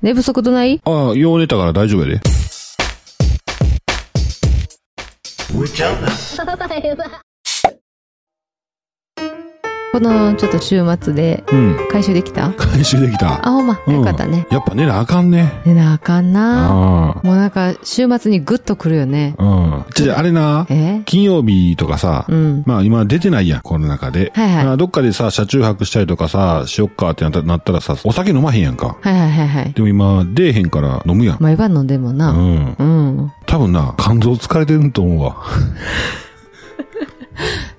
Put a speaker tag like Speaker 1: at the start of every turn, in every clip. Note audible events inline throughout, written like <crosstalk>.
Speaker 1: 寝不足どない
Speaker 2: ああ、よう出たから大丈夫やで。
Speaker 1: このちょっと週末で
Speaker 2: うん。
Speaker 1: 回収できた
Speaker 2: 回収できた。
Speaker 1: あ、ほんま。
Speaker 2: うん
Speaker 1: よかったね。
Speaker 2: やっぱ寝なあかんね。
Speaker 1: 寝なあかんな。
Speaker 2: あ
Speaker 1: もうなんか、週末にグッとくるよね。
Speaker 2: あ。うん。じゃあ、あれな、
Speaker 1: え
Speaker 2: 金曜日とかさ、
Speaker 1: うん。
Speaker 2: まあ今出てないやん、コロナ禍で。
Speaker 1: はいはい
Speaker 2: まあどっかでさ、車中泊したりとかさ、しよっかってなったなったらさ、お酒飲まへんやんか。
Speaker 1: はいはいはいはい。
Speaker 2: でも今、出えへんから飲むやん。
Speaker 1: 毎晩飲んでも
Speaker 2: う
Speaker 1: な。
Speaker 2: ん。
Speaker 1: うん。
Speaker 2: 多分な、肝臓疲れてると思うわ。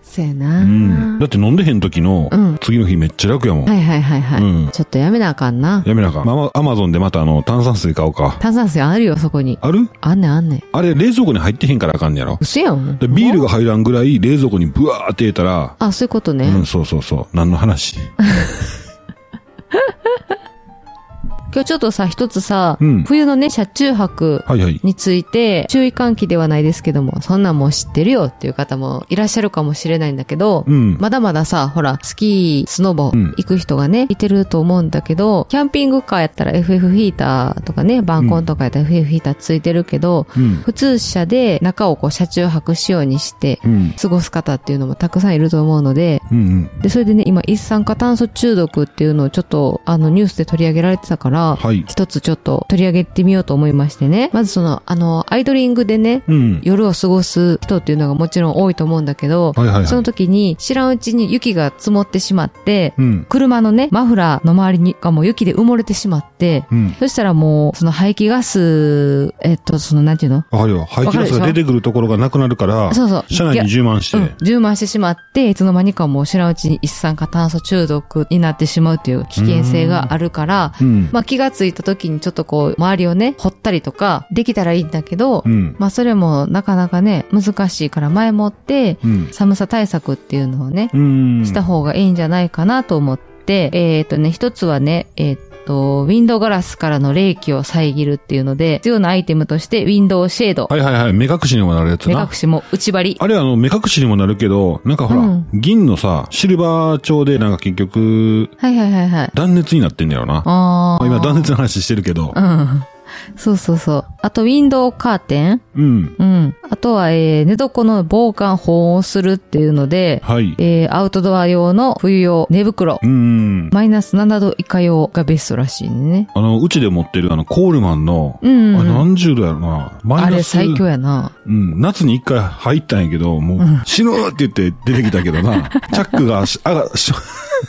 Speaker 1: せや
Speaker 2: う
Speaker 1: な。
Speaker 2: ん。だって飲んでへん時の
Speaker 1: うん、
Speaker 2: 次の日めっちゃ楽やもん。
Speaker 1: はいはいはいは
Speaker 2: うん
Speaker 1: い。ちょっとやめなあかんな。
Speaker 2: やめなあかん。まあ、アマゾンでまたあの、炭酸水買おうか。
Speaker 1: 炭酸水あるよ、そこに。
Speaker 2: ある
Speaker 1: あんねんあんねん。
Speaker 2: あれ、冷蔵庫に入ってへんからあかんねやろ。
Speaker 1: 嘘やん。
Speaker 2: でビールが入らんぐらい冷蔵庫にブワーって入れたら、
Speaker 1: あ、そういうことね。
Speaker 2: うん、そうそうそう。何の話
Speaker 1: 今日ちょっとさ、一つさ
Speaker 2: うん、
Speaker 1: 冬のね、車中泊
Speaker 2: はいはい。
Speaker 1: について、注意喚起ではないですけども、そんなんもう知ってるよっていう方もいらっしゃるかもしれないんだけど、
Speaker 2: うん。
Speaker 1: まだまださ、ほら、スキー、スノボ、
Speaker 2: うん
Speaker 1: 行く人がね、いてると思うんだけど、キャンピングカーやったら FF ヒーターとかね、バーコンとかやったら FF ヒーターついてるけど、
Speaker 2: うん。
Speaker 1: 普通車で中をこう車中泊仕様にして
Speaker 2: うん。
Speaker 1: 過ごす方っていうのもたくさんいると思うので、
Speaker 2: うんうん。
Speaker 1: で、それでね、今、一酸化炭素中毒っていうのをちょっと、あの、ニュースで取り上げられてたから、
Speaker 2: はい。
Speaker 1: 一つちょっと取り上げてみようと思いましてね。まずその、あの、アイドリングでね、
Speaker 2: うん。
Speaker 1: 夜を過ごす人っていうのがもちろん多いと思うんだけど、
Speaker 2: はいはいはい。
Speaker 1: その時に知らんうちに雪が積もってしまって、
Speaker 2: うん。
Speaker 1: 車のね、マフラーの周りにがもう雪で埋もれてしまって、
Speaker 2: うん。
Speaker 1: そしたらもう、その排気ガス、えっと、その、なんていうの
Speaker 2: わかるよ。排気ガス
Speaker 1: わかるでし
Speaker 2: が
Speaker 1: ょ
Speaker 2: 出てくるところがなくなるから、
Speaker 1: そうそう。
Speaker 2: 車内に充満し
Speaker 1: う
Speaker 2: て
Speaker 1: ん。、充満してしまって、いつの間にかもう知らんうちに一酸化炭素中毒になってしまうという危険性があるから、
Speaker 2: うん。
Speaker 1: まあ気がついた時にちょっとこう、周りをね、掘ったりとか、できたらいいんだけど、
Speaker 2: うん。
Speaker 1: まあそれもなかなかね、難しいから前もって、
Speaker 2: うん。
Speaker 1: 寒さ対策っていうのをね、
Speaker 2: うん。
Speaker 1: した方がいいんじゃないかなと思って、えっ、とね、一つはね、えっ、と、ウィンドウガラスからの冷気を遮るっていうので、必要なアイテムとして、ウィンドウシェード、
Speaker 2: はいはいはい。目隠しにもなるやつ
Speaker 1: 目
Speaker 2: な
Speaker 1: 隠。しも内張り。
Speaker 2: あれはあの、目隠しにもなるけど、なんかほら、
Speaker 1: うん
Speaker 2: 銀のさ、シルバー調でなんか結局、
Speaker 1: はいはいはいはい。
Speaker 2: 断熱になってんだよ
Speaker 1: あ
Speaker 2: な。まあ
Speaker 1: ー
Speaker 2: 今断熱の話してるけど
Speaker 1: う。ん。そうそうそう。あと、ウィンドウカーテン
Speaker 2: うん。
Speaker 1: うん。あとは、えー、寝床の防寒保温をするっていうので、
Speaker 2: はい。
Speaker 1: えー、アウトドア用の冬用寝袋
Speaker 2: う。ん。
Speaker 1: マイナス7度以下用がベストらしいね。
Speaker 2: あの、うちで持ってるあの、コールマンの、
Speaker 1: うんうんうん
Speaker 2: あれ何十度やろな。マイナ
Speaker 1: あ
Speaker 2: ス
Speaker 1: れ最強やな。
Speaker 2: うん。夏に一回入ったんやけど、もう、死ぬって言って出てきたけ
Speaker 1: <laughs>
Speaker 2: どな。チャックがし、あが、し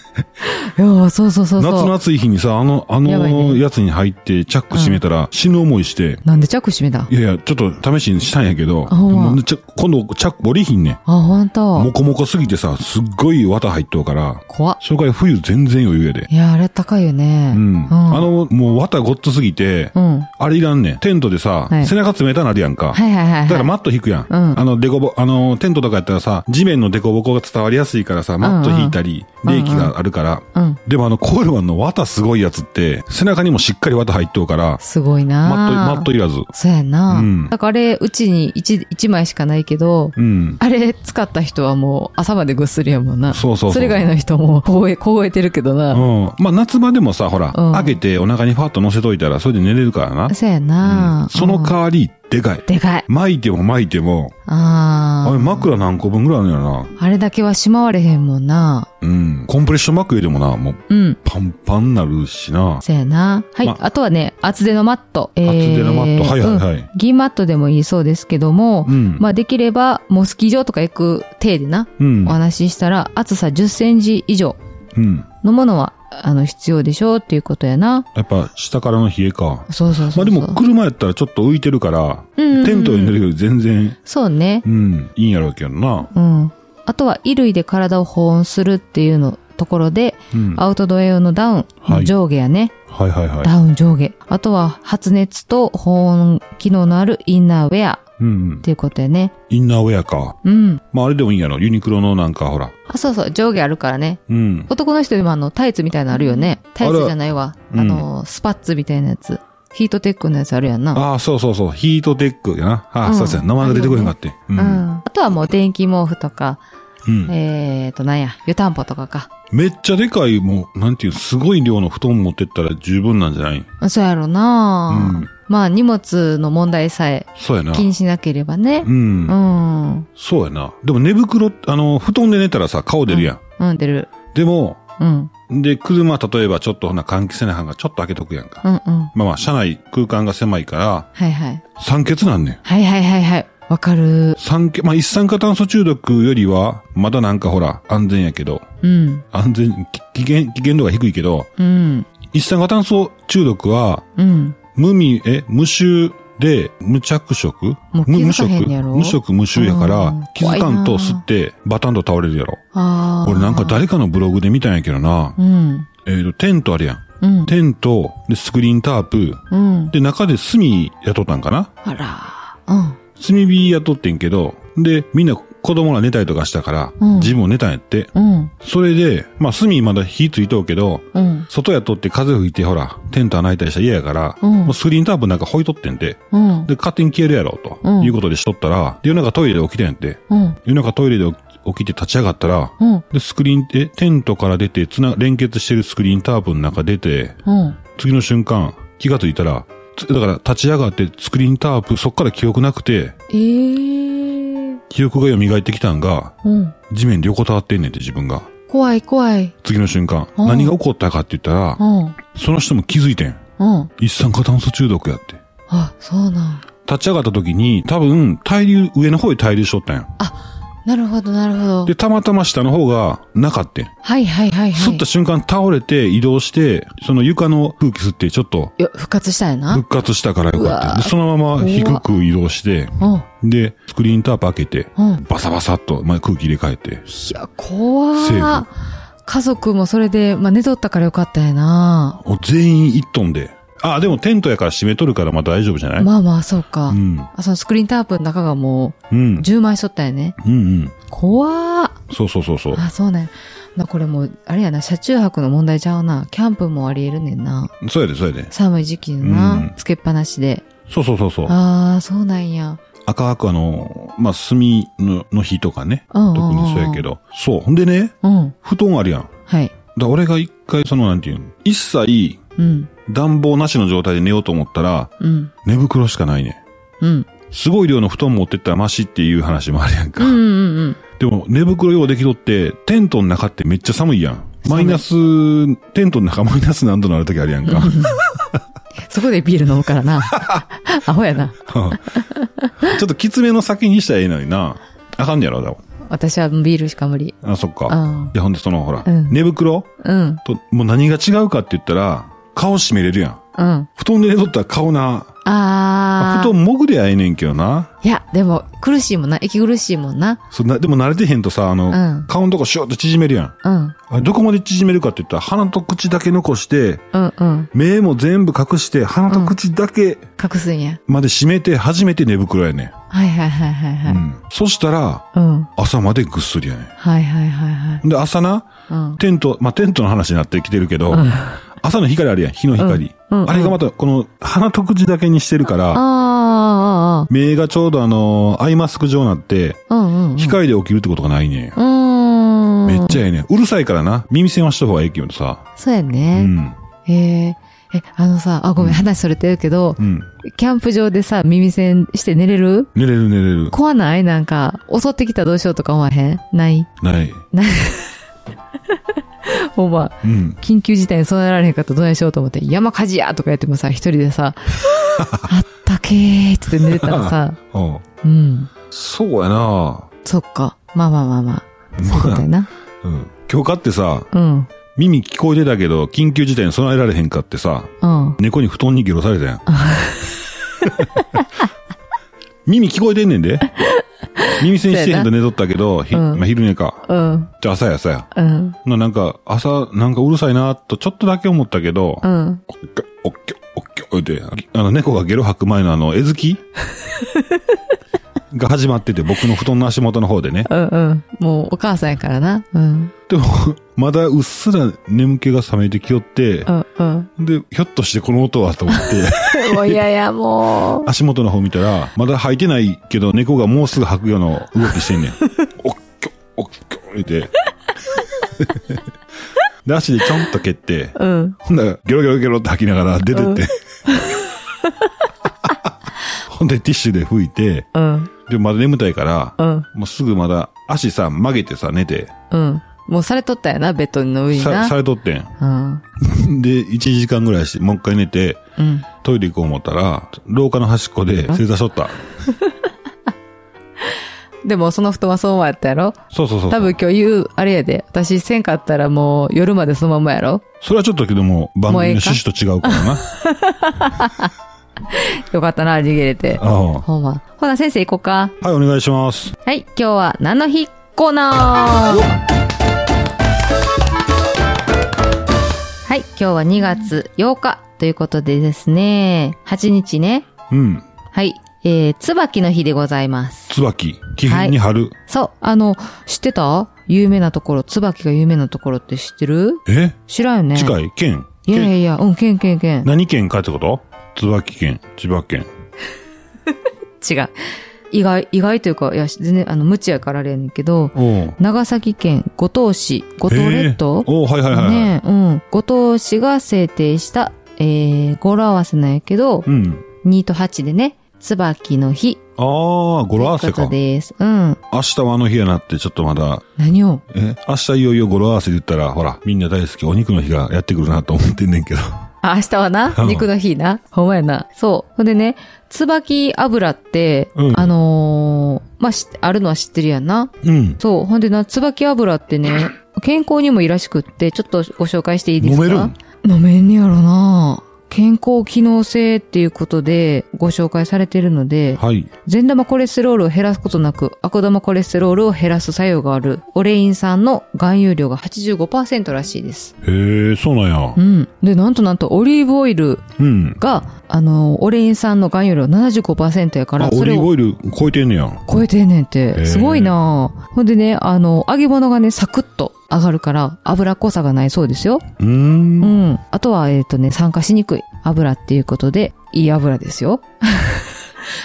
Speaker 1: いやーそうそうそう
Speaker 2: 夏
Speaker 1: そう。
Speaker 2: の暑い日にさ、あの、あ
Speaker 1: やばい
Speaker 2: の
Speaker 1: ね
Speaker 2: やつに入ってチャック閉めたら死ぬ思いして、
Speaker 1: なんで着閉めた
Speaker 2: いやいや、ちょっと試しにしたんやけど、
Speaker 1: あほんま
Speaker 2: もうねちゃ今度チャック降りひんねん。
Speaker 1: あ、ほん
Speaker 2: も
Speaker 1: と。
Speaker 2: こもこすぎてさ、すっごい綿入っとうから、
Speaker 1: 怖っ。
Speaker 2: それから冬全然余裕やで。
Speaker 1: いやー、あれ高いよね。
Speaker 2: うん。あ
Speaker 1: あ
Speaker 2: の、もう綿ごっつすぎて、
Speaker 1: の、うん。は
Speaker 2: あれいらんねん。テントでさ、
Speaker 1: はい
Speaker 2: 背中冷たなるやんか。
Speaker 1: いはいはいはい。
Speaker 2: だからマット引くやん。
Speaker 1: うん
Speaker 2: あの、デコボ、あの、テントとかやったらさ、地面のデコボコが伝わりやすいからさ、マット引いたり、
Speaker 1: うんうん
Speaker 2: 冷気があるから。
Speaker 1: うん。
Speaker 2: でもあの、コールマンの綿すごいやつって、背中にもしっかり綿入っとうから、
Speaker 1: すごいなー
Speaker 2: マット、マットいらず。
Speaker 1: そうやな。
Speaker 2: うん
Speaker 1: だからあれ、うちに 1, 一枚しかないけど、
Speaker 2: うん。
Speaker 1: あれ使った人はもう朝までぐっすりやもんな。
Speaker 2: そうそうそう
Speaker 1: それ以外の人
Speaker 2: <laughs>
Speaker 1: も凍え、凍えてるけど
Speaker 2: う
Speaker 1: な。
Speaker 2: ん。まあ、夏場でもさ、ほら、
Speaker 1: うん
Speaker 2: 開けてお腹にファッと乗せといたら、それで寝れるからな。
Speaker 1: そうや
Speaker 2: う。
Speaker 1: なん
Speaker 2: その代わり、でかい
Speaker 1: うん。。でかい。
Speaker 2: 巻いても巻いても、あれ
Speaker 1: あ
Speaker 2: 枕何個分ぐらいあるんやろな。
Speaker 1: あ。あれだけはしまわれへんもんな。
Speaker 2: うん。コンプレッション膜入れてもな、もう
Speaker 1: うん。
Speaker 2: パンパンなるしな。
Speaker 1: そうやな。はい。
Speaker 2: ま
Speaker 1: あとはね、厚手のマット。厚
Speaker 2: 厚手のマット。はいはいはい。
Speaker 1: 銀マットでもいいそうですけども、
Speaker 2: うん。
Speaker 1: まあできれば、もうスキー場とか行く体でな、
Speaker 2: うん
Speaker 1: お。話ししたら、厚さ10センチ以上
Speaker 2: うん。
Speaker 1: のものは、あの、必要でしょうっていうことやな。
Speaker 2: やっぱ、下からの冷えか。
Speaker 1: そうそう
Speaker 2: ま
Speaker 1: そうそ
Speaker 2: あ
Speaker 1: う。
Speaker 2: でも、車やったらちょっと浮いてるから、
Speaker 1: うんうん
Speaker 2: テントに寝るより全然、
Speaker 1: そうね。
Speaker 2: うん、いいんやろうけどな。
Speaker 1: うん。あとは衣類で体を保温するっていうの、ところで、
Speaker 2: うん。は
Speaker 1: アウトドア用のダウン
Speaker 2: は
Speaker 1: の
Speaker 2: い
Speaker 1: 上下やね。
Speaker 2: いはいはい。
Speaker 1: ダウン上下。あとは発熱と保温機能のあるインナーウェア
Speaker 2: うんうん
Speaker 1: っ。ていうことやね。
Speaker 2: インナーウェアか。
Speaker 1: うん。
Speaker 2: まああれでもいいんやろ。ユニクロのなんかほら。
Speaker 1: あ、そうそう、上下あるからね。
Speaker 2: うん。
Speaker 1: 男の人でもあの、タイツみたいなのあるよね。タイツじゃないわ。
Speaker 2: ある
Speaker 1: あの、スパッツみたいなやつ。ヒートテックのやつあるやんな。
Speaker 2: ああ、そうそうそう。ヒートテックやな。あ
Speaker 1: う
Speaker 2: あ、
Speaker 1: ん
Speaker 2: そうですね。名前が出てこへんかって。う。
Speaker 1: うんん。あとはもう電気毛布とか、
Speaker 2: うん。
Speaker 1: えっ、と、なんや、湯たんぽとかか。
Speaker 2: めっちゃでかい、もう、なんていう、すごい量の布団持ってったら十分なんじゃない
Speaker 1: そうやろな、
Speaker 2: うん
Speaker 1: まあ、荷物の問題さえ
Speaker 2: そうやな。
Speaker 1: 気にしなければね
Speaker 2: う。ん。
Speaker 1: うん。
Speaker 2: そうやな。でも寝袋、あの、布団で寝たらさ、顔出るやん。
Speaker 1: うん、出る。
Speaker 2: でも、
Speaker 1: うん。
Speaker 2: で、車、例えばちょっとほな換気せなはんがちょっと開けとくやんか。
Speaker 1: うんうん。
Speaker 2: まあまあ、車内空間が狭いから、
Speaker 1: はいはい。
Speaker 2: 酸欠なんねん。
Speaker 1: はいはいはいはい。わかる。
Speaker 2: 酸欠、まあ一酸化炭素中毒よりは、まだなんかほら、安全やけど、
Speaker 1: うん。
Speaker 2: 安全、き危険、危険度が低いけど、
Speaker 1: うん。
Speaker 2: 一酸化炭素中毒は、
Speaker 1: うん。
Speaker 2: 無味、え、無臭で、無着色
Speaker 1: もう
Speaker 2: 無
Speaker 1: 気
Speaker 2: 無
Speaker 1: づか
Speaker 2: 色
Speaker 1: へんやろ
Speaker 2: 無色無臭やか
Speaker 1: うん
Speaker 2: ら、気づか
Speaker 1: 怖いな
Speaker 2: んと吸って、バタンと倒れるやろ。
Speaker 1: ああ。
Speaker 2: 俺なんか誰かのブログで見たんやけどな。
Speaker 1: うん。
Speaker 2: えっ、と、テントあるやん。
Speaker 1: うん。
Speaker 2: テント、で、スクリーンタープ、
Speaker 1: うん。
Speaker 2: で、中で炭雇ったんかな
Speaker 1: あら。うん。
Speaker 2: 炭火雇ってんけど、で、みんな子供ら寝たりとかしたから、
Speaker 1: うん
Speaker 2: 自分も寝たんやって。
Speaker 1: うん。
Speaker 2: それで、まあ、炭まだ火ついとうけど、
Speaker 1: うん。
Speaker 2: 外やっとって風吹いて、ほら、テント穴開いたりしたら嫌やから、
Speaker 1: うん
Speaker 2: もうスクリーンタープなんかほいとってんて、
Speaker 1: うん。
Speaker 2: で、勝手に消えるやろ、と、
Speaker 1: うん
Speaker 2: いうことでしとったら、で、夜中トイレで起きてんやって。
Speaker 1: うん。
Speaker 2: 夜中トイレで起きて立ち上がったら、
Speaker 1: うん。
Speaker 2: で、スクリーン、え、テントから出て、つな、連結してるスクリーンタープの中出て、
Speaker 1: うん。
Speaker 2: 次の瞬間、気がついたら、つだから立ち上がって、スクリーンタープ、そっから記憶なくて、
Speaker 1: ええ。
Speaker 2: 記憶が蘇ってきたんが、
Speaker 1: うん。
Speaker 2: 地面で横たわってんねんって自分が。
Speaker 1: 怖い怖い。
Speaker 2: 次の瞬間、
Speaker 1: うん
Speaker 2: 何が起こったかって言ったら
Speaker 1: う、ん。
Speaker 2: その人も気づいてん。
Speaker 1: うん。
Speaker 2: 一酸化炭素中毒やって。
Speaker 1: あ、そうなん。
Speaker 2: 立ち上がった時に、多分、対流、上の方へ対流しとったんや。
Speaker 1: なるほどなるほど
Speaker 2: で、。たまたま下の方がなかったん。
Speaker 1: はいはいはいは
Speaker 2: 吸
Speaker 1: い
Speaker 2: った。瞬間倒れて移動して、その床の空気吸ってちょっと
Speaker 1: いや、復活したんやな。
Speaker 2: 復活したからよかっ
Speaker 1: うわ
Speaker 2: た。
Speaker 1: ー
Speaker 2: で、そのまま低く移動して、
Speaker 1: うん。
Speaker 2: で、スクリーンタープ開けて、
Speaker 1: うん。
Speaker 2: バサバサっと、まあ、空気入れ替えて。
Speaker 1: いや、怖
Speaker 2: セー
Speaker 1: ー家族もそれで、まあ、寝とったからよかったやな。
Speaker 2: お全員一トンで。あ、でもテントやから閉めとるからまあ大丈夫じゃない、
Speaker 1: まあまあ、そうか。
Speaker 2: うん。
Speaker 1: あ、そのスクリーンタープの中がも
Speaker 2: うん
Speaker 1: う、。充満しとったよね。
Speaker 2: うんうん。
Speaker 1: 怖ー
Speaker 2: そうそうそうそう。
Speaker 1: あ、そうね。まあ、これもう、あれやな、車中泊の問題ちゃうな。キャンプもありえるねんな。
Speaker 2: そうやで、そうやで。
Speaker 1: 寒い時期にな、
Speaker 2: うん
Speaker 1: つけっぱなしで。
Speaker 2: そうそうそうそう。
Speaker 1: ああ、そうなんや。
Speaker 2: 赤々の、まあ、炭のの火とかね。
Speaker 1: うんうん
Speaker 2: 特
Speaker 1: うんうん
Speaker 2: にそうやけど。そう。ほんでね、
Speaker 1: うん。
Speaker 2: 布団あるやん。だか
Speaker 1: はい。
Speaker 2: ら俺が一回その、なんていうの、一切
Speaker 1: うん。
Speaker 2: 暖房なしの状態で寝ようと思ったら、
Speaker 1: うん。
Speaker 2: 寝袋しかないね。
Speaker 1: うん。
Speaker 2: すごい量の布団持ってったらマシっていう話もあるやん
Speaker 1: う
Speaker 2: か。
Speaker 1: んうんうん。
Speaker 2: でも、寝袋用できとって、テントの中ってめっちゃ寒いやん。
Speaker 1: 寒
Speaker 2: マ
Speaker 1: い
Speaker 2: イナス、テントの中マイナス何度なる時あるやんか。 <laughs>
Speaker 1: そこでビール飲むからな。アホやな。
Speaker 2: ちょっときつめの先にしたらええのにな。あかんねやろ、だも
Speaker 1: 私はビールしか無理。
Speaker 2: あ、そっ
Speaker 1: う
Speaker 2: か。
Speaker 1: ん。
Speaker 2: で、ほんでそのほら、
Speaker 1: うん
Speaker 2: 寝袋
Speaker 1: うん。
Speaker 2: と、もう何が違うかって言ったら、顔閉めれるやん。
Speaker 1: うん。
Speaker 2: 布団で寝とったら顔な。
Speaker 1: あ
Speaker 2: 布
Speaker 1: ー。
Speaker 2: 団潜りゃええねんけどな。
Speaker 1: いや、でも、苦しいもんな。息苦しいもんな。
Speaker 2: そんな、でも慣れてへんとさ、あの、
Speaker 1: うん
Speaker 2: 顔のとこシューッと縮めるやん。
Speaker 1: うん。
Speaker 2: あれどこまで縮めるかって言ったら、鼻と口だけ残して、
Speaker 1: うんうん。
Speaker 2: 目も全部隠して、鼻と口だけ
Speaker 1: 隠すんや。
Speaker 2: まで閉めて、初めて寝袋やね
Speaker 1: はいはいはいはい
Speaker 2: ん。
Speaker 1: は
Speaker 2: う
Speaker 1: い。
Speaker 2: ん。そしたら、
Speaker 1: うん。
Speaker 2: 朝までぐっすりやね
Speaker 1: はいはいはいはい。
Speaker 2: ん。で、朝な、
Speaker 1: うん。
Speaker 2: テント、まあ、テントの話になってきてるけど、朝の光あるやん、日の光。
Speaker 1: うんうん
Speaker 2: あれがまた、この、鼻と口だけにしてるから、
Speaker 1: あーあー、あ
Speaker 2: 目がちょうどあの、アイマスク状になって、
Speaker 1: ーうんうんうん。
Speaker 2: 光で起きるってことがないねん。
Speaker 1: うーん。
Speaker 2: めっちゃええねん。うるさいからな、耳栓はした方がええけどさ。
Speaker 1: そうや
Speaker 2: う
Speaker 1: ね。
Speaker 2: ん。
Speaker 1: へえ。え、あのさ、あ、ごめん、話それてるけど
Speaker 2: う、ん。
Speaker 1: キャンプ場でさ、耳栓して寝れる
Speaker 2: 寝れる寝れる。
Speaker 1: 怖ないなんか、襲ってきたらどうしようとか思わへんない
Speaker 2: ない。
Speaker 1: ほんま。
Speaker 2: うん。
Speaker 1: 緊急事態に備えられへんかったらどないしようと思って、山火事やとかやってもさ、一人で
Speaker 2: <laughs>
Speaker 1: さ、あったけーっつって寝てたらさ、
Speaker 2: うん。
Speaker 1: うん。
Speaker 2: そうやな
Speaker 1: そっか。まあまあまあまあ。そういうことやな。
Speaker 2: うん。今日買ってさ、
Speaker 1: うん。
Speaker 2: 耳聞こえてたけど、緊急事態に備えられへんかってさ、
Speaker 1: うん。
Speaker 2: 猫に布団にゲロされ
Speaker 1: <laughs>
Speaker 2: たやん。耳聞こえてんねんで。耳栓してへんと寝とったけど、ひ
Speaker 1: うん
Speaker 2: まあ、昼寝か。
Speaker 1: うん。
Speaker 2: じゃあ朝や朝や。
Speaker 1: うん。
Speaker 2: ななんか、朝、なんかうるさいなとちょっとだけ思ったけど、
Speaker 1: うん。
Speaker 2: おっきょ、おっきょ、おっきょ、おいで、あの、猫がゲロ吐く前のあの、絵
Speaker 1: <laughs>
Speaker 2: 付きが始まってて、僕の布団の足元の方でね。
Speaker 1: うんうん。もうお母さんやからな。うん。
Speaker 2: でも、まだうっすら眠気が覚めてきよって
Speaker 1: う、んうん。
Speaker 2: で、ひょっとしてこの音はと思って、
Speaker 1: もう嫌やも
Speaker 2: 足元の方見た <laughs> ら、まだ履いてないけど、猫がもうすぐ履くような動きしてんねん。おっきょ、おっきょ、言うて。で、足でちょんと蹴って、
Speaker 1: うん。
Speaker 2: ほんだら、ゲロゲロゲロって吐きながら出てって。 <laughs> ほんで、ティッシュで拭いて、
Speaker 1: うん。
Speaker 2: で、まだ眠たいから、
Speaker 1: うん。
Speaker 2: もうすぐまだ、足さ、曲げてさ、寝て、
Speaker 1: うん。もうされとったやな、ベッドの上に
Speaker 2: さ、
Speaker 1: な
Speaker 2: さ。れとってん。
Speaker 1: うん。
Speaker 2: で、1時間ぐらいして、もう一回寝て、
Speaker 1: うん。
Speaker 2: トイレ行こう思ったら、廊下の端っこで正座しとった。
Speaker 1: でも、その布団はそのままやったやろ
Speaker 2: そうそうそうそう。
Speaker 1: 多分今日言う、あれやで。私せんかったらもう夜までそのままやろ
Speaker 2: それはちょっとけども、番組の趣旨と違うからな。
Speaker 1: よかったな、逃げれて。
Speaker 2: ああは
Speaker 1: ほんま。ほな、先生行こうか。
Speaker 2: い、お願いします。
Speaker 1: はい、今日は何の日コーナーはい、今日は2月8日ということでですね、8日ね。
Speaker 2: うん。
Speaker 1: はい、えー、椿の日でございます。
Speaker 2: 椿、気品に貼る。
Speaker 1: そう、あの、知ってた有名なところ、椿が有名なところって知ってる
Speaker 2: え
Speaker 1: 知らんよね。
Speaker 2: 近い県
Speaker 1: いやいやいや、うん、けんけんけん。
Speaker 2: 何県かってこと椿県、千葉県。
Speaker 1: 違う。意外、意外というか、いや、全然、あの、無知やからあれやねんけど、
Speaker 2: おう
Speaker 1: 長崎県五島市、五島列島
Speaker 2: へえおうはいはいはいはい。
Speaker 1: ねえ、うん。五島市が制定した、えー、語呂合わせなんやけど、
Speaker 2: うん。
Speaker 1: 2と8でね、椿の日。
Speaker 2: ああ、語呂合わせ
Speaker 1: という
Speaker 2: か
Speaker 1: こと。です。うん。
Speaker 2: 明日はあの日やなって、ちょっとまだ、
Speaker 1: 何を
Speaker 2: え、明日いよいよ語呂合わせで言ったら、ほら、みんな大好きお肉の日がやってくるなと思ってんねん
Speaker 1: <laughs>
Speaker 2: けど。
Speaker 1: あ、明日はな、
Speaker 2: <laughs> うん
Speaker 1: 肉の日な。ほんまやな。そう。ほんでね、椿油って、
Speaker 2: うん
Speaker 1: あのー、まあ、しあるのは知ってるやんな。
Speaker 2: うん。
Speaker 1: そう。ほんでな、椿油ってね、健康にもいいらしくって、ちょっとご紹介していいですか
Speaker 2: 飲めるん
Speaker 1: 飲めんねやろな健康機能性っていうことでご紹介されているので、
Speaker 2: はい。
Speaker 1: 善玉コレステロールを減らすことなく、悪玉コレステロールを減らす作用がある、オレイン酸の含有量が85%らしいです。
Speaker 2: へえ、そうなんや
Speaker 1: う。ん。で、なんとなんとオリーブオイル
Speaker 2: うん。
Speaker 1: が、あの、オレイン酸の含有量75%やから
Speaker 2: あ、、
Speaker 1: そ
Speaker 2: オ
Speaker 1: れ
Speaker 2: リーブ
Speaker 1: を
Speaker 2: オイル超えてんねや。
Speaker 1: 超えてんねんっ
Speaker 2: へ
Speaker 1: て。
Speaker 2: ー
Speaker 1: すごいなぁほんでね、あの、揚げ物がね、サクッと上がるから、油っこさがないそうですよ。
Speaker 2: うー。
Speaker 1: うんん。あとは、えっ、とね、酸化しにくい油っていうことで、いい油ですよ。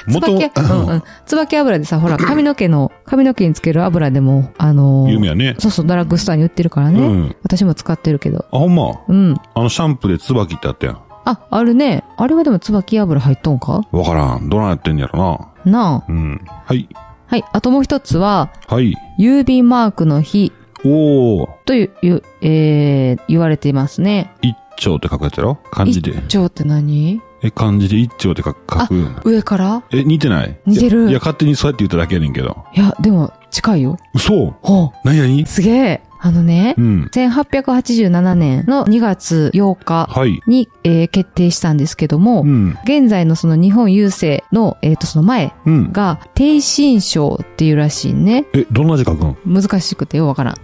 Speaker 2: 元、
Speaker 1: 椿、うんうん。椿油でさ、ほら、髪の毛の、髪の毛につける油でも、あのー
Speaker 2: 有名やね。
Speaker 1: そうそう、ドラッグストアに売ってるからね。
Speaker 2: うん。
Speaker 1: 私も使ってるけど。
Speaker 2: あ、ほんま。
Speaker 1: うん。
Speaker 2: あの、シャンプーで椿ってあったやん。
Speaker 1: あ、あるね。あれはでも椿油入っとんか
Speaker 2: わからん。どないやってんやろ
Speaker 1: な
Speaker 2: な。うん。はい。
Speaker 1: あ。はい。あともう一つは、
Speaker 2: はい。
Speaker 1: 郵便マークの日
Speaker 2: おー。
Speaker 1: という、いうえー、言われていますね。
Speaker 2: 一丁って書くやつやろ漢字で
Speaker 1: 一。丁って何
Speaker 2: え、漢字で一丁って書く。書く
Speaker 1: 上から
Speaker 2: え、似てない
Speaker 1: 似てる
Speaker 2: いやいや、勝手にそうやって言っただけやねんけど。
Speaker 1: いや、でも、近いよ。
Speaker 2: 嘘
Speaker 1: ほ
Speaker 2: 何々
Speaker 1: う。すげえ。あのね
Speaker 2: う、ん。
Speaker 1: 1887年の2月8日
Speaker 2: はい。
Speaker 1: に、えー決定したんですけども、
Speaker 2: うん。
Speaker 1: 現在のその日本郵政の、えっ、と、その前
Speaker 2: うん。
Speaker 1: が、低心症っていうらしいね。
Speaker 2: え、どんな字書くん
Speaker 1: 難しくてようわ
Speaker 2: <laughs>
Speaker 1: からん。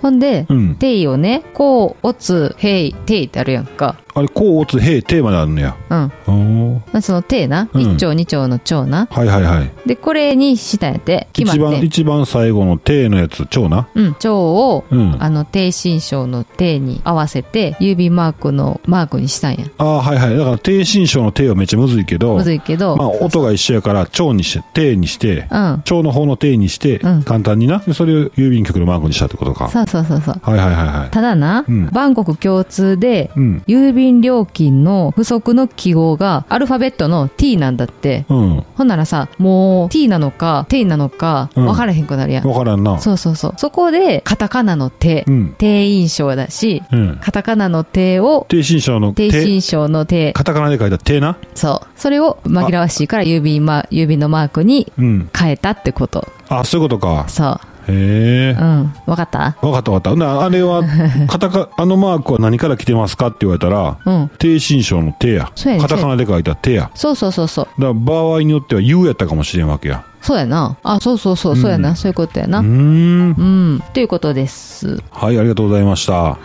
Speaker 1: ほんで、
Speaker 2: うん。
Speaker 1: 低をね、こう、おつ、へい、ていってあるやんか。
Speaker 2: あれ、こう、おつ、へい、テーマであるのや。
Speaker 1: うん。
Speaker 2: おー。
Speaker 1: そのてな、
Speaker 2: うん
Speaker 1: 一丁二丁の丁な。
Speaker 2: はいはいはい。
Speaker 1: で、これにしたんやって、決ま
Speaker 2: 一
Speaker 1: っ
Speaker 2: 番、
Speaker 1: て。
Speaker 2: 一番最後のてのやつ、ちょうな。
Speaker 1: うん、蝶を、
Speaker 2: うん。あ
Speaker 1: あの、低心症の低に合わせて、郵便マークのマークにしたんや。
Speaker 2: あー、はいはい。だから、低心象のてはめっちゃむずいけど、
Speaker 1: むずいけど、
Speaker 2: まあ、音が一緒やから、ちょうにして、てにして、
Speaker 1: うん。
Speaker 2: 蝶の方の手にして、
Speaker 1: うん
Speaker 2: 簡単にな。でそれを郵便局のマークにしたってことか。
Speaker 1: そうそうそうそう。
Speaker 2: はいはいはいはい。
Speaker 1: ただな、
Speaker 2: うん
Speaker 1: バンコク共通で、
Speaker 2: うん。
Speaker 1: 郵便料金の不足の記号がアルファベットの t なんだって。
Speaker 2: うん。
Speaker 1: ほんならさ、もう t なのか、t なのか、
Speaker 2: うん
Speaker 1: 分からへんくなるやん。
Speaker 2: わからんな。
Speaker 1: そうそうそう。そこで、カタカナの手
Speaker 2: う、ん。
Speaker 1: 低印象だし、
Speaker 2: うん。
Speaker 1: カタカナの手を、
Speaker 2: 低心象の
Speaker 1: 低
Speaker 2: 手、
Speaker 1: 心象の手、
Speaker 2: カタカナで書いた手な。
Speaker 1: そう。それを紛らわしいから郵便、ま、郵便のマークに
Speaker 2: うん。
Speaker 1: 変えたってこと。
Speaker 2: あ、そういうことか。
Speaker 1: そ
Speaker 2: へえ
Speaker 1: う。う。ん。わかった
Speaker 2: わかったわかった。なあれ
Speaker 1: <laughs>
Speaker 2: は、カタカ、あのマークは何から来てますかって言われたら、
Speaker 1: うん。
Speaker 2: 低心象の手や。
Speaker 1: そうやね
Speaker 2: カタカナで書いた手や。
Speaker 1: そうそうそうそう。
Speaker 2: だから場合によっては U やったかもしれんわけや。
Speaker 1: そうやな。あ、そうそうそう。そうやな。そういうことや
Speaker 2: う
Speaker 1: な。
Speaker 2: ーん。
Speaker 1: うん。ということです。
Speaker 2: はい、ありがとうございました。
Speaker 1: は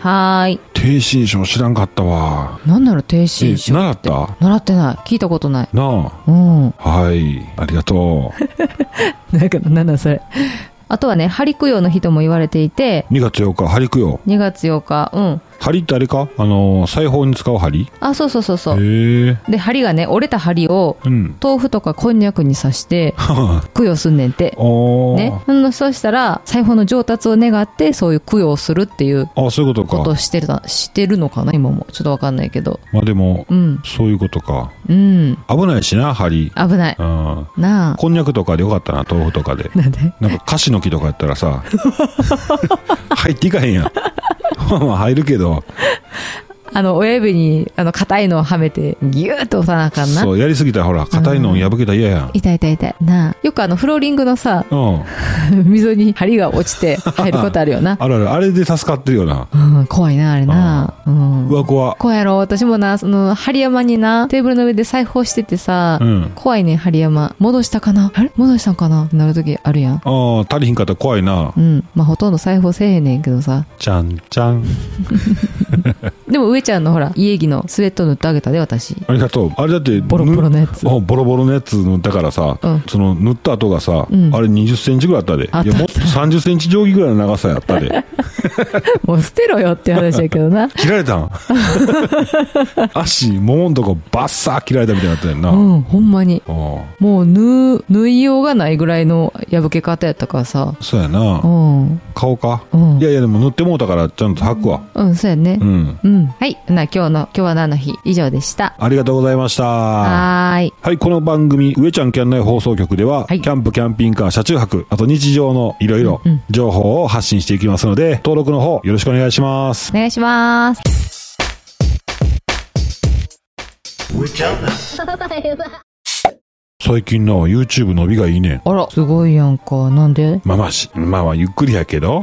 Speaker 1: ーい。
Speaker 2: 低心象知らんかったわ。
Speaker 1: なんなら低
Speaker 2: え
Speaker 1: 心症。
Speaker 2: 習った
Speaker 1: 習ってない。聞いたことない。
Speaker 2: なあ。
Speaker 1: うん。
Speaker 2: はい。ありがと
Speaker 1: <laughs>
Speaker 2: う。
Speaker 1: だけど、なんだそ <laughs> れ。あとはね、針供養の日とも言われていて、
Speaker 2: 2月8日、張りくよ。
Speaker 1: 2月8日、うん。
Speaker 2: 針ってあれかあのー、裁縫に使う針
Speaker 1: あ、そうそうそうそう。
Speaker 2: へえ。
Speaker 1: で、針がね、折れた針を、
Speaker 2: うん。 <laughs>
Speaker 1: 豆腐とかこんにゃくに刺して、供養すんねんて。
Speaker 2: おー。
Speaker 1: ね。うん、そうしたら、裁縫の上達を願って、そういう供養をするっていう
Speaker 2: あ、そういうことか
Speaker 1: こ。とをしてた、してるのかな今も。ちょっとわかんないけど。
Speaker 2: まあでも、
Speaker 1: うん。
Speaker 2: そういうことか。
Speaker 1: うん。
Speaker 2: 危ないしな、針。
Speaker 1: 危ない。
Speaker 2: うん。
Speaker 1: なあ。
Speaker 2: こんにゃくとかでよかったな、豆腐とかで。
Speaker 1: なんで
Speaker 2: なんか、カシの木とかやった
Speaker 1: <laughs>
Speaker 2: らさ、入っていかへん <laughs> やん。まあまあ入るけど、
Speaker 1: あの、親指に、あの、硬いのをはめて、ぎゅーっと押さなあかんな
Speaker 2: そ。う、やりすぎたらほら、硬いの破けたら嫌やん。
Speaker 1: 痛い痛い痛い。なあ。よくあの、フローリングのさ、 <laughs>
Speaker 2: うん。
Speaker 1: 溝に針が落ちて入ることあるよな。
Speaker 2: <laughs> あるある、あれで助かってるよな。
Speaker 1: うん、怖いな、あれな。うん。
Speaker 2: うわ、怖。
Speaker 1: 怖いやろ。私もな、その、針山にな、テーブルの上で裁縫しててさ、
Speaker 2: うん。
Speaker 1: 怖いね、針山。戻したかなあれ戻したんかなってなるときあるやん。
Speaker 2: ああ、足りひんかったら怖いな
Speaker 1: う。ん。まあ、ほとんど裁縫せえへんねんけどさ。
Speaker 2: ちゃんちゃん。
Speaker 1: でも、上ちゃんのほら、家着のスウェット塗ってあげたで、私。
Speaker 2: ありがとう。あれだって、
Speaker 1: ボロボロのやつ
Speaker 2: ぬあボロボロのやつの、だからさ、
Speaker 1: うん
Speaker 2: その塗った跡がさ、
Speaker 1: うん
Speaker 2: あれ20センチぐらいあったで。
Speaker 1: あった
Speaker 2: いや、もっと30センチ定規ぐらいの長さやっ
Speaker 1: <laughs>
Speaker 2: たで。
Speaker 1: もう捨てろよって話やけどな。
Speaker 2: 切られたん足、ももんとこバッサー切られたみたいになったやん
Speaker 1: <laughs>
Speaker 2: な。
Speaker 1: う
Speaker 2: あ
Speaker 1: ん、ほんまに。
Speaker 2: あ
Speaker 1: もう、縫う、縫いようがないぐらいの破け方やったからさ。
Speaker 2: そうや
Speaker 1: う
Speaker 2: な。
Speaker 1: ん。
Speaker 2: 顔か。
Speaker 1: うん
Speaker 2: い。やいや、でも塗ってもうたからちゃんと履くわ。
Speaker 1: うん、そうやね
Speaker 2: う。ん。
Speaker 1: うん。はい。な、今日の、今日は何の日以上でした。
Speaker 2: ありがとうございました。
Speaker 1: はーい。
Speaker 2: はい、この番組、上ちゃんキャン内放送局では、
Speaker 1: はい
Speaker 2: キャンプ、キャンピングカー、車中泊、あと日常のいろいろ
Speaker 1: うんうん
Speaker 2: 情報を発信していきますので、登録の方よろしくお願いします
Speaker 1: お。願いします。
Speaker 2: 最近の YouTube 伸びがいいね。
Speaker 1: あら、すごいやんか。なんで
Speaker 2: まあまあし、まあまあゆっくりや
Speaker 1: <laughs>
Speaker 2: けど。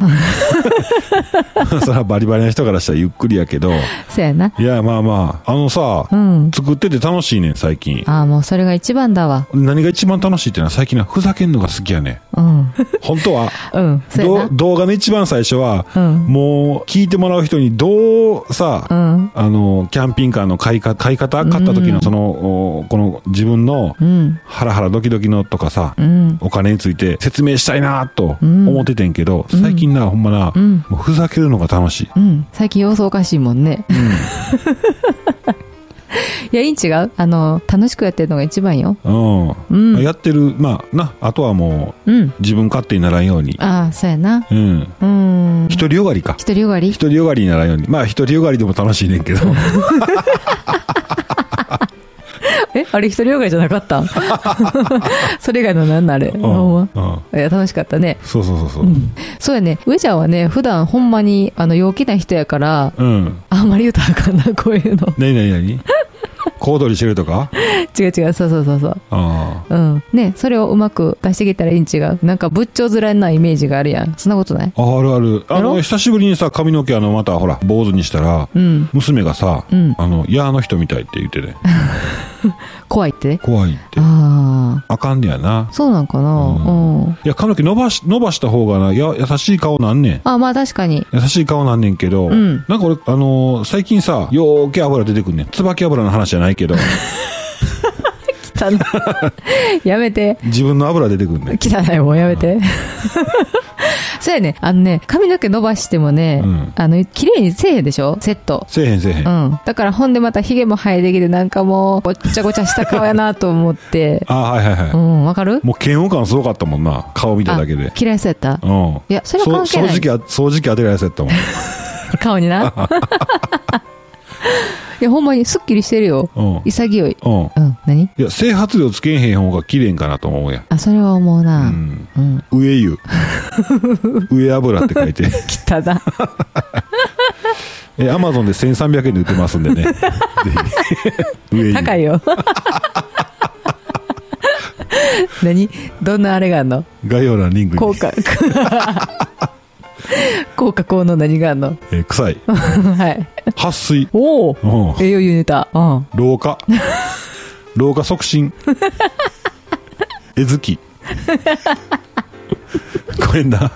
Speaker 2: <laughs> そらバリバリな人からしたらゆっくりやけど。
Speaker 1: そやな。
Speaker 2: いや、まあまあ、あのさ
Speaker 1: う、ん。
Speaker 2: 作ってて楽しいねん、最近。
Speaker 1: ああ、もうそれが一番だわ。
Speaker 2: 何が一番楽しいってのは最近はふざけんのが好きやね
Speaker 1: うん。
Speaker 2: ん。本当は、
Speaker 1: うん。 <laughs> そ
Speaker 2: ど
Speaker 1: や
Speaker 2: う動画の一番最初は、
Speaker 1: な。うん。
Speaker 2: もう聞いてもらう人にどうさ、
Speaker 1: うん。
Speaker 2: あの、キャンピングカーの買いか買い方買った時
Speaker 1: うん
Speaker 2: のその、おこの自分の
Speaker 1: うん。
Speaker 2: ハラハラドキドキのとかさ、
Speaker 1: うん。
Speaker 2: お金について説明したいなと
Speaker 1: うん
Speaker 2: 思っててんけど、最近な、ほんまな、
Speaker 1: うん。
Speaker 2: もうふざけるのが楽しい。
Speaker 1: うん。最近様子おかしいもんね。 <laughs> いや、いいん違うあの、楽しくやってるのが一番よ。
Speaker 2: うん。
Speaker 1: うん。
Speaker 2: やってる、まあ、な、あとはも
Speaker 1: うん。
Speaker 2: う自分勝手にならんように。
Speaker 1: ああ、そやな。
Speaker 2: うん。
Speaker 1: うん。
Speaker 2: 一人よがりか。
Speaker 1: 一人よがり
Speaker 2: 一人よがりにならんように。まあ、一人よがりでも楽しいねんけど。
Speaker 1: えあれ一人よがりじゃなかった <laughs> それ以外の何なあれ。
Speaker 2: うん。う
Speaker 1: ほ
Speaker 2: ん
Speaker 1: んまいや、楽しかったね。
Speaker 2: そうそうそうそう。
Speaker 1: そうやね。上ちゃんはね、普段ほんまに、あの、陽気な人やから、
Speaker 2: うん。
Speaker 1: あんまり言うたらあかんな、こういうの。 <laughs>
Speaker 2: なになになに小躍りしてるとか
Speaker 1: 違う違う、そうそうそうそう。
Speaker 2: あ
Speaker 1: うん。ね、それをうまく出していけたらいいん違う。なんか仏頂面なイメージがあるやん。そんなことない
Speaker 2: あ。あるある。あ
Speaker 1: やろ
Speaker 2: の、久しぶりにさ、髪の毛あの、またほら、坊主にしたら、
Speaker 1: うん。
Speaker 2: 娘がさ、
Speaker 1: うん。
Speaker 2: あの、いやあの人みたいって言ってね。
Speaker 1: 怖いって
Speaker 2: 怖いって。
Speaker 1: あ
Speaker 2: あかんねやな
Speaker 1: あ。。そうなんかな。う。
Speaker 2: うんいや、髪の毛伸ばし、伸ばした方がな、や、優しい顔なんねん。
Speaker 1: あまあ確かに。
Speaker 2: 優しい顔なんねんけど、
Speaker 1: うん
Speaker 2: なんか俺、あのー最近さ、よーけ油出てくんねん。椿油の話じゃないけ
Speaker 1: <laughs>
Speaker 2: ど、
Speaker 1: 汚い <laughs> やめて。
Speaker 2: 自分の油出てくんねん。
Speaker 1: 汚いもうやめて。 <laughs> そうやね。あのね、髪の毛伸ばしてもね、
Speaker 2: うん
Speaker 1: あの、綺麗にせえへんでしょセット。
Speaker 2: せえへんせえへん。
Speaker 1: うん。だからほんでまたヒゲも生えてきて、なんかもう、ごっちゃごちゃした顔やなと思って。
Speaker 2: あはいはいはい。
Speaker 1: うん、わかる
Speaker 2: もう嫌悪感すごかったもんな。顔見ただけで
Speaker 1: あ。嫌いそうやった
Speaker 2: うん。
Speaker 1: いや、それは関係ない。
Speaker 2: 掃除機あ、掃除機当てるやつやった
Speaker 1: <laughs>
Speaker 2: もん。
Speaker 1: 顔にな。 <laughs> いや、ほんまにスッキリしてるよ。
Speaker 2: うん。
Speaker 1: 潔い。
Speaker 2: うん。
Speaker 1: うん、何
Speaker 2: いや、整髪料つけへん方が綺麗んかなと思うやん。
Speaker 1: あ、それは思う
Speaker 2: う
Speaker 1: な。
Speaker 2: ん。
Speaker 1: うん。<laughs>
Speaker 2: 上湯。上油って書いて。
Speaker 1: 汚だ。
Speaker 2: え、アマゾンで1300円で売ってます
Speaker 1: <laughs>
Speaker 2: んでね。ぜひ。上湯。
Speaker 1: 高いよ。何どんなあれがあんの
Speaker 2: 概要欄リンク
Speaker 1: 効 <laughs>
Speaker 2: に。
Speaker 1: 果。効果効能何があんの <laughs>
Speaker 2: えー臭い。
Speaker 1: はい。
Speaker 2: 撥水。
Speaker 1: おお
Speaker 2: うん。
Speaker 1: 栄養ユニタ。うん。
Speaker 2: 老化。老化
Speaker 1: <laughs>
Speaker 2: 促進。絵好き。ごめんな。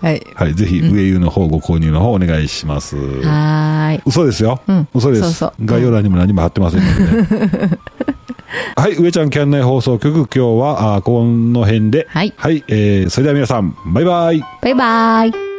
Speaker 1: はい。
Speaker 2: はい。ぜひ、上湯の方ご購入の方お願いします。
Speaker 1: はーい。
Speaker 2: 嘘ですよ。
Speaker 1: うん
Speaker 2: 嘘です
Speaker 1: そうそう
Speaker 2: 概要欄にも何も貼ってませんので、ね。
Speaker 1: <laughs>
Speaker 2: はい、上ちゃんキャン内放送局、今日は、あーこの辺で。
Speaker 1: はい
Speaker 2: はい、えー、それでは皆さん、バイバイ。
Speaker 1: バイバーイ。